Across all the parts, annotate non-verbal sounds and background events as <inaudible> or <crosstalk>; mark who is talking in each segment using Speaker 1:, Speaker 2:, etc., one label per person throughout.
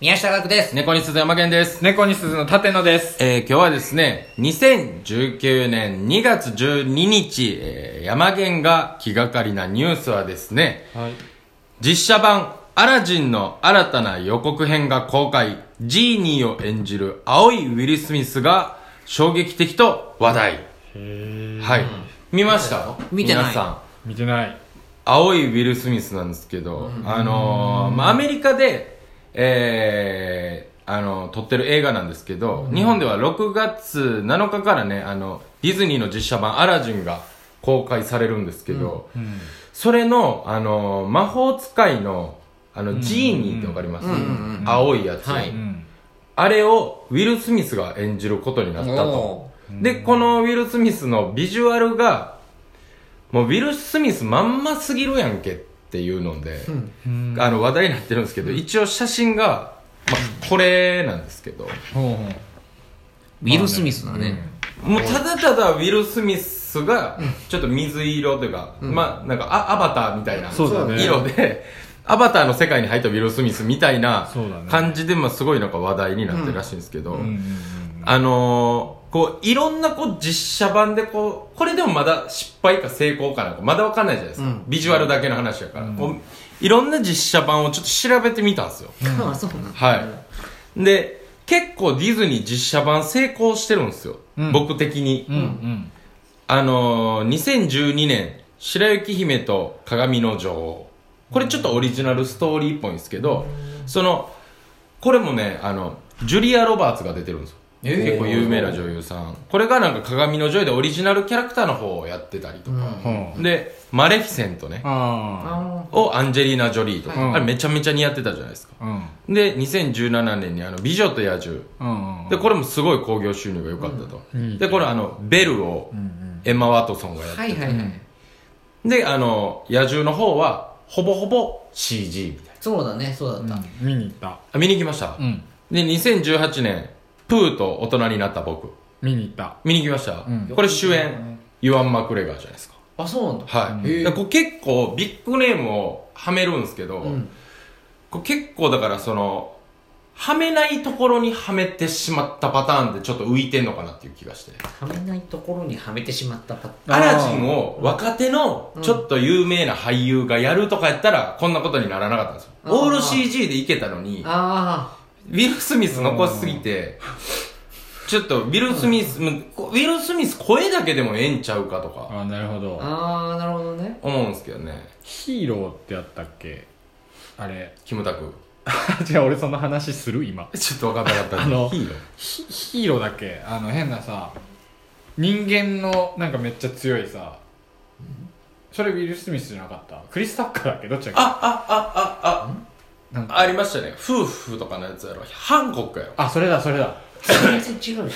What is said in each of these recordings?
Speaker 1: 宮下学です。
Speaker 2: 猫に鈴山源です。
Speaker 3: 猫に鈴の立野です。
Speaker 2: えー、今日はですね、2019年2月12日、えー、山源が気がかりなニュースはですね、
Speaker 3: はい。
Speaker 2: 実写版、アラジンの新たな予告編が公開、ジーニーを演じる青いウィル・スミスが衝撃的と話題。はい。見ました
Speaker 1: 見てない
Speaker 2: 皆さん。
Speaker 3: 見てない。
Speaker 2: 青いウィル・スミスなんですけど、あのーまあ、アメリカで、えーあの撮ってる映画なんですけど、日本では6月7日からねあのディズニーの実写版「アラジン」が公開されるんですけど、それの、あのー魔法使いのあのジーニーってわかります、
Speaker 1: うんうんうん
Speaker 2: 青いやつ、
Speaker 1: はい
Speaker 3: うん。
Speaker 2: あれをウィル・スミスが演じることになったと
Speaker 1: お
Speaker 2: でこのウィル・スミスのビジュアルがもうウィル・スミスまんますぎるやんけっていうので、
Speaker 3: うん
Speaker 2: あの話題になってるんですけど、一応写真が、まあ、これなんですけど
Speaker 3: ほうほ
Speaker 1: ウィル・スミスだ
Speaker 3: う。
Speaker 1: ね。
Speaker 2: もうただただウィル・スミスがちょっと水色というか、まあなんかあアバターみたいな
Speaker 3: そうだね
Speaker 2: 色で、アバターの世界に入ったウィル・スミスみたいな
Speaker 3: そうだね
Speaker 2: 感じで、まあ、すごいなんか話題になってるらしいんですけど、
Speaker 3: うん。うんうん
Speaker 2: あのー、こう、いろんなこう、実写版でこう、これでもまだ失敗か成功かなんか、まだわかんないじゃないですか。
Speaker 1: うん
Speaker 2: ビジュアルだけの話やから、
Speaker 3: うん
Speaker 2: こういろんな実写版をちょっと調べてみたんですよ。
Speaker 1: ああ、そうなの
Speaker 2: はい。で、結構ディズニー実写版成功してるんですよ。
Speaker 3: うん
Speaker 2: 僕的に。
Speaker 3: うんうん。
Speaker 2: あのー、2012年、白雪姫と鏡の女王。これちょっとオリジナルストーリーっぽいんですけど、その、これもね、あの、ジュリア・ロバーツが出てるんですよ。
Speaker 1: えー
Speaker 2: 結構有名な女優さん。これがなんか鏡の女優でオリジナルキャラクターの方をやってたりとか。
Speaker 3: ほう。
Speaker 2: で、マレフィセントね。
Speaker 3: あ
Speaker 2: をアンジェリーナ・ジョリーとか、
Speaker 3: はい
Speaker 2: あれめちゃめちゃ似合ってたじゃないですか。
Speaker 3: あ。うん。
Speaker 2: で、2017年にあの、美女と野獣。
Speaker 3: うん。
Speaker 2: で、これもすごい興行収入が良かったと。で、これあの、ベルをエマ・ワトソンがやって
Speaker 1: はいはいはい。
Speaker 2: で、あの、野獣の方は、ほぼほぼ CG みたいな。
Speaker 1: そうだね、そうだっ
Speaker 3: うん見に行った。
Speaker 2: あ見に行きました、
Speaker 3: うん。
Speaker 2: で、2018年、プーと大人になった僕。
Speaker 3: 見に行った。
Speaker 2: 見に行きました、
Speaker 3: うん
Speaker 2: これ主演、ユアン・マクレガーじゃないですか。
Speaker 1: た。あ、そうなんだ。
Speaker 2: はい。
Speaker 1: へえ
Speaker 2: でこう結構、ビッグネームをはめるんですけど、
Speaker 1: うん。
Speaker 2: こう結構だからその、はめないところにはめてしまったパターンでちょっと浮いてんのかなっていう気がして。
Speaker 1: はめないところにはめてしまったパッ
Speaker 3: あー
Speaker 2: アラジンを若手のちょっと有名な俳優がやるとかやったらこんなことにならなかったんですよ。
Speaker 1: あー
Speaker 2: オール CG でいけたのに、
Speaker 1: あ
Speaker 2: ウィル・スミス残しすぎて、ちょっとウィル・スミス、もうウィル・スミス声だけでもええんちゃうかとか
Speaker 3: ああ、なるほ
Speaker 1: あ、
Speaker 3: ど。
Speaker 1: ああ、なるほどね。
Speaker 2: 思うんですけどね。
Speaker 3: ヒーローってやったっけあれ。 <laughs>
Speaker 2: キムタク。
Speaker 3: じゃあ俺その話する今。
Speaker 2: ちょっと分かんなかった
Speaker 3: あの
Speaker 2: ヒーロー。
Speaker 3: ヒヒーローだっけあの変なさ、人間のなんかめっちゃ強いさ、それウィル・スミスじゃなかったクリスタッカーだっけどっちだっけ
Speaker 2: あ、あ、あ、あ、あ、
Speaker 3: なんか
Speaker 2: ありましたね。夫婦とかのやつやろ。ハンコックやろ。
Speaker 3: あ、それだ、それだ。
Speaker 1: 全然違うじゃん。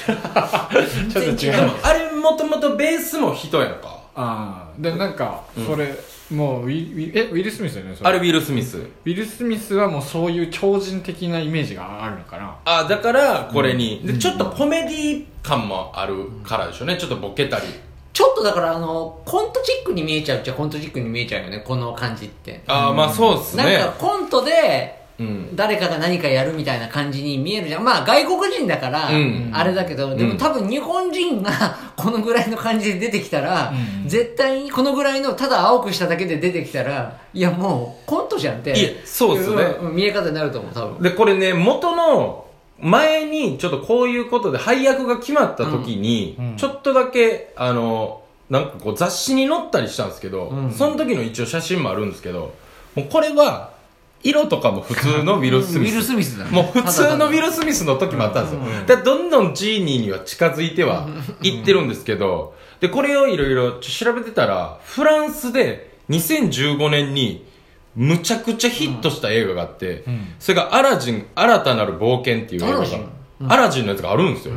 Speaker 3: ちょっと違
Speaker 2: で
Speaker 3: う。
Speaker 2: もあれもともとベースも人やんか。
Speaker 3: ああ、で、なんか
Speaker 2: うん、
Speaker 3: それ、もうウィ、ウィえ、ウィル・スミスだよね、それ。
Speaker 2: あれウィル・スミス。
Speaker 3: ウィル・スミスはもうそういう超人的なイメージがあるのかな。
Speaker 2: あだからこれに、でちょっとコメディ感もあるからでしょうねちょっとボケたり
Speaker 1: ちょっとだから、あの、コントチックに見えちゃうっちゃコントチックに見えちゃうよね、この感じって。
Speaker 2: ああまあそうっす
Speaker 1: なん
Speaker 2: ね
Speaker 1: かコントで、
Speaker 2: うん
Speaker 1: 誰かが何かやるみたいな感じに見えるじゃん。まあ外国人だから
Speaker 2: うん、
Speaker 1: あれだけど、で
Speaker 2: う
Speaker 1: も
Speaker 2: ん
Speaker 1: 多分日本人がこのぐらいの感じで出てきたら、
Speaker 3: うん
Speaker 1: 絶対にこのぐらいのただ青くしただけで出てきたら、いやもうコントじゃんって。
Speaker 2: いやそうっすね
Speaker 1: ん見え方になると思う、多分。
Speaker 2: でこれね元の前にちょっとこういうことで配役が決まった時に、
Speaker 3: うん
Speaker 2: ちょっとだけあのなんかこう雑誌に載ったりしたんですけど、
Speaker 1: うん
Speaker 2: その時の一応写真もあるんですけどもうこれは色とかも普通のウィル・スミ
Speaker 1: ウィル・ス
Speaker 2: ス
Speaker 1: ミスだね。
Speaker 2: もう普通のウィ
Speaker 1: ル。
Speaker 2: ル・スミスの時もあったんですよ。だからどんどんジーニーには近づいてはいってるんですけど、で、これをいろいろ調べてたら、フランスで2015年にむちゃくちゃヒットした映画があって、
Speaker 3: ん
Speaker 2: それがアラジン新たなる冒険っていう映
Speaker 1: ア
Speaker 2: 画が
Speaker 1: ラジン、
Speaker 2: アラジンのやつがあるんですよ。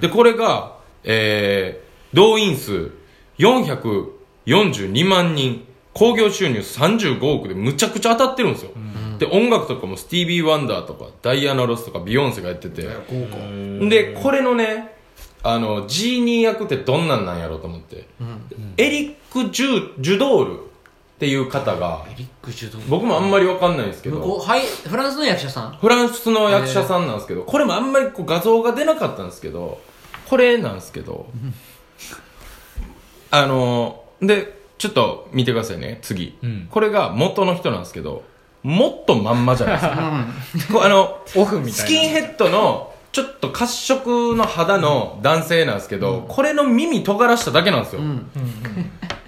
Speaker 2: で、これが、えー、動員数442万人、興行収入35億でむちゃくちゃ当たってるんですよ。で、音楽とかもスティービー・ワンダーとか、ダイアナ・ロスとか、ビヨンセがやってて。で、これのね、あの、ジーニー役ってどんなんなんやろうと思って。エリック・ジュ、ジュドールっていう方が
Speaker 1: エリック・ジュドン
Speaker 2: 僕もあんまりわかんないんですけ
Speaker 1: 向こ
Speaker 2: ど
Speaker 1: うはいフランスの役者さん
Speaker 2: フランスの役者さんなんですけど、これもあんまりこう画像が出なかったんですけどこれなんですけどあのでちょっと見てくださいね次、
Speaker 3: うん
Speaker 2: これが元の人なんですけどもっとまんまじゃないですか
Speaker 3: <laughs>
Speaker 2: こうあの
Speaker 3: オフみたい
Speaker 2: ス
Speaker 3: な
Speaker 2: キンヘッドのちょっと褐色の肌の男性なんですけど、これの耳尖らしただけなんですよ、
Speaker 1: うん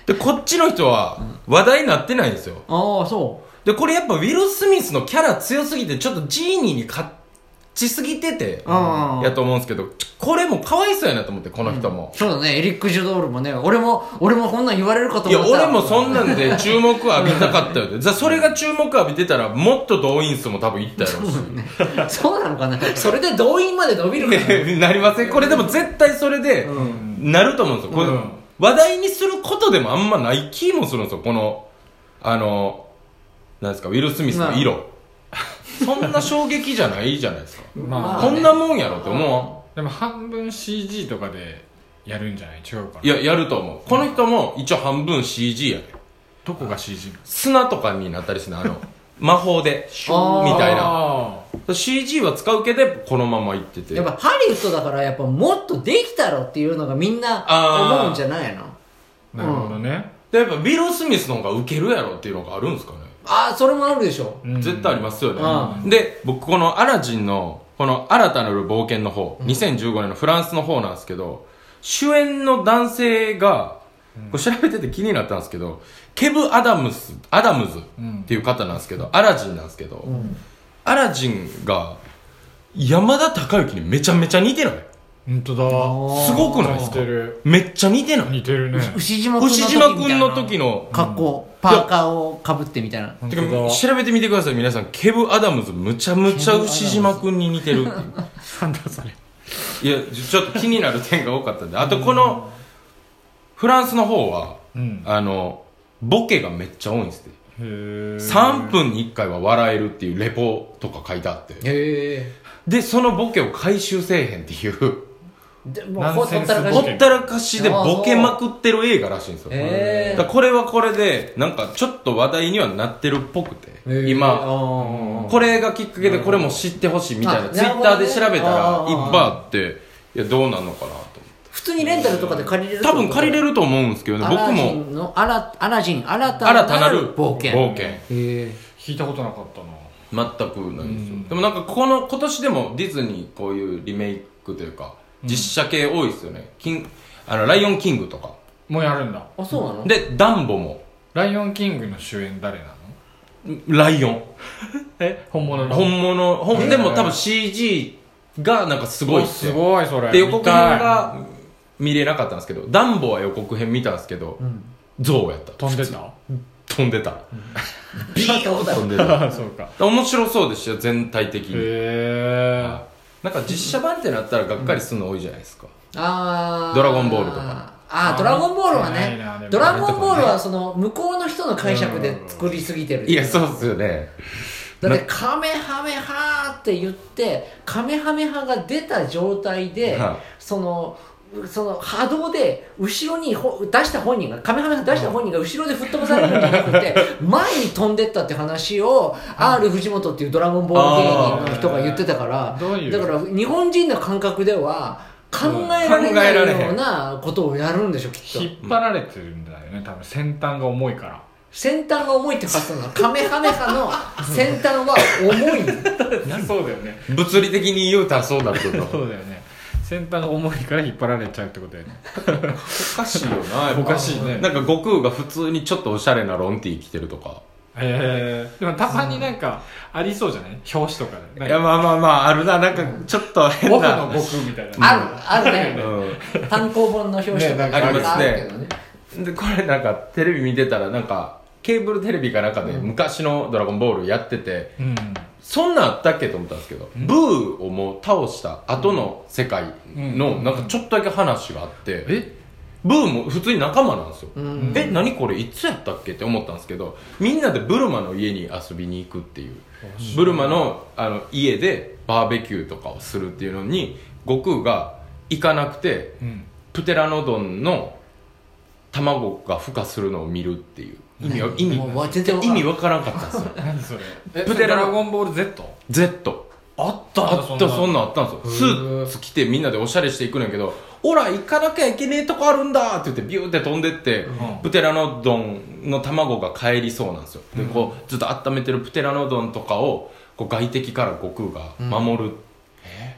Speaker 2: でこっちの人は話題になってないんですよ
Speaker 1: ああそ
Speaker 2: でこれやっぱウィル・スミスのキャラ強すぎてちょっとジーニーに勝ちすぎてて
Speaker 1: うんうん
Speaker 2: やと思うんですけどちょこれもかわいそうやなと思ってこの人も
Speaker 1: う、そうだねエリック・ジュドールもね俺も俺もこんなん言われるかと
Speaker 2: いや
Speaker 1: 思った
Speaker 2: 俺もそんなんで注目を浴びたかったよ <laughs> でじゃあそれが注目を浴びてたらもっと動員数も多分いったやろうし
Speaker 1: そうなのかなそれで動員まで伸びるのかな
Speaker 2: <laughs> なりませんこれでも絶対それでなると思うんですよ、これ
Speaker 3: うん
Speaker 2: 話題にすることでもあんまない気もするんですよこのあのなんですかウィル・スミスの色そんな衝撃じゃないじゃないです <laughs> か
Speaker 3: まあ
Speaker 2: こんなもんやろって思
Speaker 3: でも半分 CG とかでやるんじゃない違うかな
Speaker 2: ういややると思うこの人も一応半分 CG やね
Speaker 3: どこが CG
Speaker 2: 砂とかになったりしてねあの <laughs> 魔法でシューみたいな
Speaker 3: な
Speaker 2: CG は使うけどこのままいってて
Speaker 1: やっぱハリウッドだからやっぱもっとできたろっていうのがみんな
Speaker 2: あー
Speaker 1: 思うんじゃないの
Speaker 3: なるほどね、
Speaker 2: でやっぱウィル・スミスの方がウケるやろっていうのがあるんですかね
Speaker 1: ああそれもあるでしょ
Speaker 3: うん
Speaker 2: 絶対ありますよね、
Speaker 1: う
Speaker 2: で僕この「アラジン」のこの「新たなる冒険」の方、2015年のフランスの方なんですけど主演の男性がこれ調べてて気になったんですけどケブ・アダムスアダムズっていう方なんですけど、アラジンなんですけど、アラジンが山田孝之にめちゃめちゃ似てない
Speaker 3: 本当だ
Speaker 2: すごくないです
Speaker 3: 似
Speaker 2: か
Speaker 3: てる
Speaker 2: めっちゃ似てない
Speaker 3: 似てるね
Speaker 1: 牛島
Speaker 2: 牛島君の時の
Speaker 1: 格好、パーカーをかぶってみたいな
Speaker 2: てか調べてみてください皆さんケブ・アダムズむちゃむちゃ牛島君に似てるっていう
Speaker 3: なんだそれ
Speaker 2: いやちょちょっと気になる点が多かったんであとこのフランスの方は、
Speaker 3: うん
Speaker 2: あのボケがめっちゃ多いんですって
Speaker 3: へー
Speaker 2: 3分に1回は笑えるっていうレポとか書いてあって
Speaker 1: へえ
Speaker 2: でそのボケを回収せえへんっていう
Speaker 1: でも
Speaker 3: ナ
Speaker 1: うほ
Speaker 3: ンセ
Speaker 1: っ
Speaker 3: ンス
Speaker 1: たらか
Speaker 2: ほ
Speaker 1: しい
Speaker 3: ボケ
Speaker 2: ったらかしでボケまくってる映画らしいんですよ、
Speaker 1: へー
Speaker 2: だからこれはこれでなんかちょっと話題にはなってるっぽくて、
Speaker 1: へー
Speaker 2: 今
Speaker 1: あー
Speaker 2: これがきっかけでこれも知ってほしいみたいな
Speaker 1: あ
Speaker 2: ツイッターで調べ
Speaker 1: な
Speaker 2: た
Speaker 1: る
Speaker 2: ら
Speaker 1: ほど
Speaker 2: い
Speaker 1: ね
Speaker 2: っぱいあっていやどうなんのかなと思って。
Speaker 1: 普通にレンタルとかで借りれる
Speaker 2: 多分借りれ
Speaker 1: る
Speaker 2: ると思うんですけどね僕も
Speaker 1: のアラアラジン新た
Speaker 2: 新た
Speaker 1: な
Speaker 2: な
Speaker 1: る
Speaker 2: る
Speaker 1: 冒険
Speaker 2: 冒
Speaker 1: へ
Speaker 2: 険
Speaker 1: え
Speaker 3: 聞いたことなかったな
Speaker 2: 全くないですよでもなんかこの今年でもディズニーこういうリメイクというか実写系多いですよね「キンあのライオンキング」とか
Speaker 3: もうやるんだ
Speaker 1: あそうなの
Speaker 2: で「ダンボ」も
Speaker 3: ライオンキングの主演誰な
Speaker 2: 「
Speaker 3: の
Speaker 2: ライオン
Speaker 3: え本物」の
Speaker 2: 本物
Speaker 3: へ
Speaker 2: 本
Speaker 3: ー
Speaker 2: でも多分 CG がなんかすごいっ
Speaker 3: お
Speaker 2: す
Speaker 3: す
Speaker 2: よ
Speaker 3: ごいそれ
Speaker 2: で予告編
Speaker 3: 見
Speaker 2: が見れなかったんですけど「ダンボ」は予告編見たんですけどゾウやった
Speaker 3: たい飛んでた
Speaker 2: 飛んでた
Speaker 1: ビーンだ
Speaker 2: 飛んでた
Speaker 3: そうか
Speaker 2: <laughs> 面白そうでしたよ全体的
Speaker 3: へ
Speaker 2: に
Speaker 3: え
Speaker 2: なんか実写版ってなったらがっかりするの多いじゃないですか、
Speaker 1: あー
Speaker 2: ドラゴンボールとか
Speaker 1: あードラゴンボールは
Speaker 3: ないなで
Speaker 1: ね
Speaker 3: も
Speaker 1: ドラゴンボールはその向こうの人の解釈で作りすぎてる
Speaker 2: いやそうっすよね
Speaker 1: だってカメハメハーって言ってカメハメハが出た状態で、
Speaker 2: はい
Speaker 1: そのうその波動で後ろにほ出した本人がカメハメハ出した本人が後ろで吹っ飛ばされるんじゃなく
Speaker 2: <laughs>
Speaker 1: て前に飛んでったって話を R 藤本っていうドラゴンボール芸人の人が言ってたから
Speaker 3: あーどういう
Speaker 1: だから日本人の感覚では考えられ
Speaker 2: うん考えられ
Speaker 1: な
Speaker 2: へ
Speaker 1: い
Speaker 2: ん
Speaker 1: ようなことをやるんでしょきっと
Speaker 3: 引っ張られてるんだよね多分先端が重いから
Speaker 1: 先端が重いって発想なのカメハメハの先端は重い
Speaker 2: <laughs>
Speaker 3: そうだよね
Speaker 2: 物理的に言うたらそうなるけど
Speaker 3: そうだよね先端が重いから引っ張られちゃうってことだよね
Speaker 2: <laughs> おかしいよな
Speaker 3: おかしいね
Speaker 2: なんか悟空が普通にちょっとおしゃれなロンティー着てるとか
Speaker 3: へえでもたまになんかありそうじゃない表紙とかで
Speaker 2: いやまあまあまああるななんかちょっと変
Speaker 3: 僕
Speaker 2: な、
Speaker 3: の悟空みたいな
Speaker 1: あるあるね
Speaker 2: う
Speaker 1: 単行本の表紙とか
Speaker 3: ね
Speaker 2: なんかありますね
Speaker 1: けどね
Speaker 2: ん、でこれなんかテレビ見てたらなんかケーブルテレビかなんかで昔の「ドラゴンボール」やってて
Speaker 3: うん
Speaker 2: そんなんあったっけと思ったんですけど、ブーをもう倒した後の世界のなんかちょっとだけ話があって、
Speaker 3: え
Speaker 2: ブーも普通に仲間なんですよ、
Speaker 1: ん
Speaker 2: え何これいつやったっけって思ったんですけどみんなでブルマの家に遊びに行くっていうブルマのあの家でバーベキューとかをするっていうのに悟空が行かなくて
Speaker 3: うん
Speaker 2: プテラノドンの卵が孵化するのを見るっていう意味は意味
Speaker 1: もうわ全然わか
Speaker 2: 意
Speaker 1: らん
Speaker 2: 味わからんかったんですよ
Speaker 3: 何それえ
Speaker 2: プテラ
Speaker 3: それドラゴンボール Z?
Speaker 2: Z
Speaker 3: あった
Speaker 2: あったそんなんあったんですよ
Speaker 3: へー
Speaker 2: スーツ着てみんなでおしゃれしていくねんけど「オラ行かなきゃいけねえとこあるんだ!」って言ってビューって飛んでって、
Speaker 3: ん
Speaker 2: プテラノドンの卵が帰りそうなんですよでこうずっと温めてるプテラノドンとかをこう外敵から悟空が守る、
Speaker 3: へ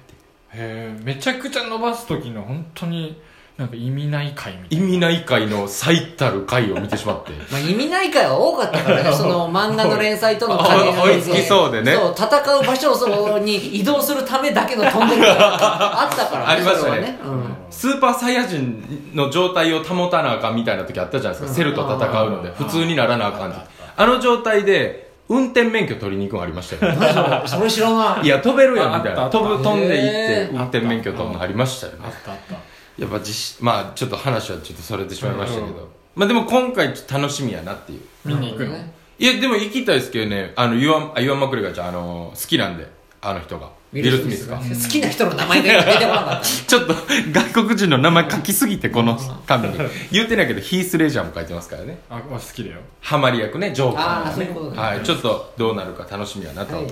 Speaker 3: えめちゃくちゃ伸ばす時の本当になんか意味ない回みたい
Speaker 2: 意味ない回の最たる回を見てしまって
Speaker 1: まあ、意味ない回は多かった
Speaker 2: <laughs>
Speaker 1: からね、その漫画の連載との
Speaker 2: あ
Speaker 1: 兼ね合い
Speaker 2: 追いつきそうでね
Speaker 1: そう、戦う場所をそうに移動するためだけの飛んでるあったからね、
Speaker 2: ありましたね
Speaker 1: それはね。うん
Speaker 2: スーパーサイヤ人の状態を保たなあかんみたいな時あったじゃないですか、セルと戦うので
Speaker 3: うん
Speaker 2: 普通にならなあかんって
Speaker 3: うん
Speaker 2: あの状態で運転免許取りに行くのありましたよね
Speaker 1: 何それそれ知らないい。
Speaker 2: や飛べるやんみたいな
Speaker 3: ああったあった
Speaker 2: 飛ぶ飛んでいっ
Speaker 1: へ
Speaker 2: て
Speaker 1: ー
Speaker 2: 運転免許取るのありましたよ
Speaker 3: なあ
Speaker 2: ね
Speaker 3: ったあった
Speaker 2: やっぱ実まあちょっと話はちょっとそれてしまいましたけ
Speaker 3: うん
Speaker 2: どまあでも今回ちょっと楽しみやなっていう
Speaker 3: 見に行くの、
Speaker 1: ね
Speaker 2: いやでも行きたいですけどねあのユアンあユアン・マクレガーちゃんあの好きなんであの人がウィル・スミスが
Speaker 1: 好きな人の名前が出てこなかった。
Speaker 2: ちょっと <laughs> 外国人の名前書きすぎてこの紙に言ってないけどヒース・レジャーも書いてますからね
Speaker 3: あ好きだよ
Speaker 2: ハマり役ねジョーカー
Speaker 1: あーそういうことね
Speaker 2: はい、ちょっとどうなるか楽しみやなと、
Speaker 1: はい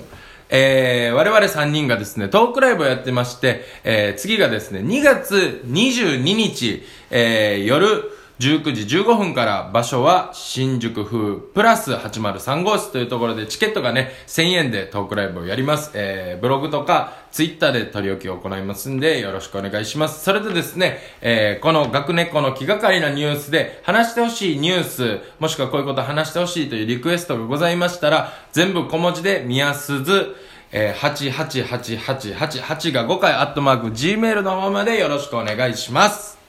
Speaker 2: えー、我々3人がですねトークライブをやってまして、えー、次がですね2月22日、えー、夜19時15分から場所は新宿風プラス803号室というところでチケットがね1000円でトークライブをやります、えー、ブログとかツイッターで取り置きを行いますんでよろしくお願いしますそれでですね、えー、この学猫の気がかりなニュースで話してほしいニュースもしくはこういうこと話してほしいというリクエストがございましたら全部小文字で宮鈴えー、888888が5回アットマーク Gmail の方までよろしくお願いします。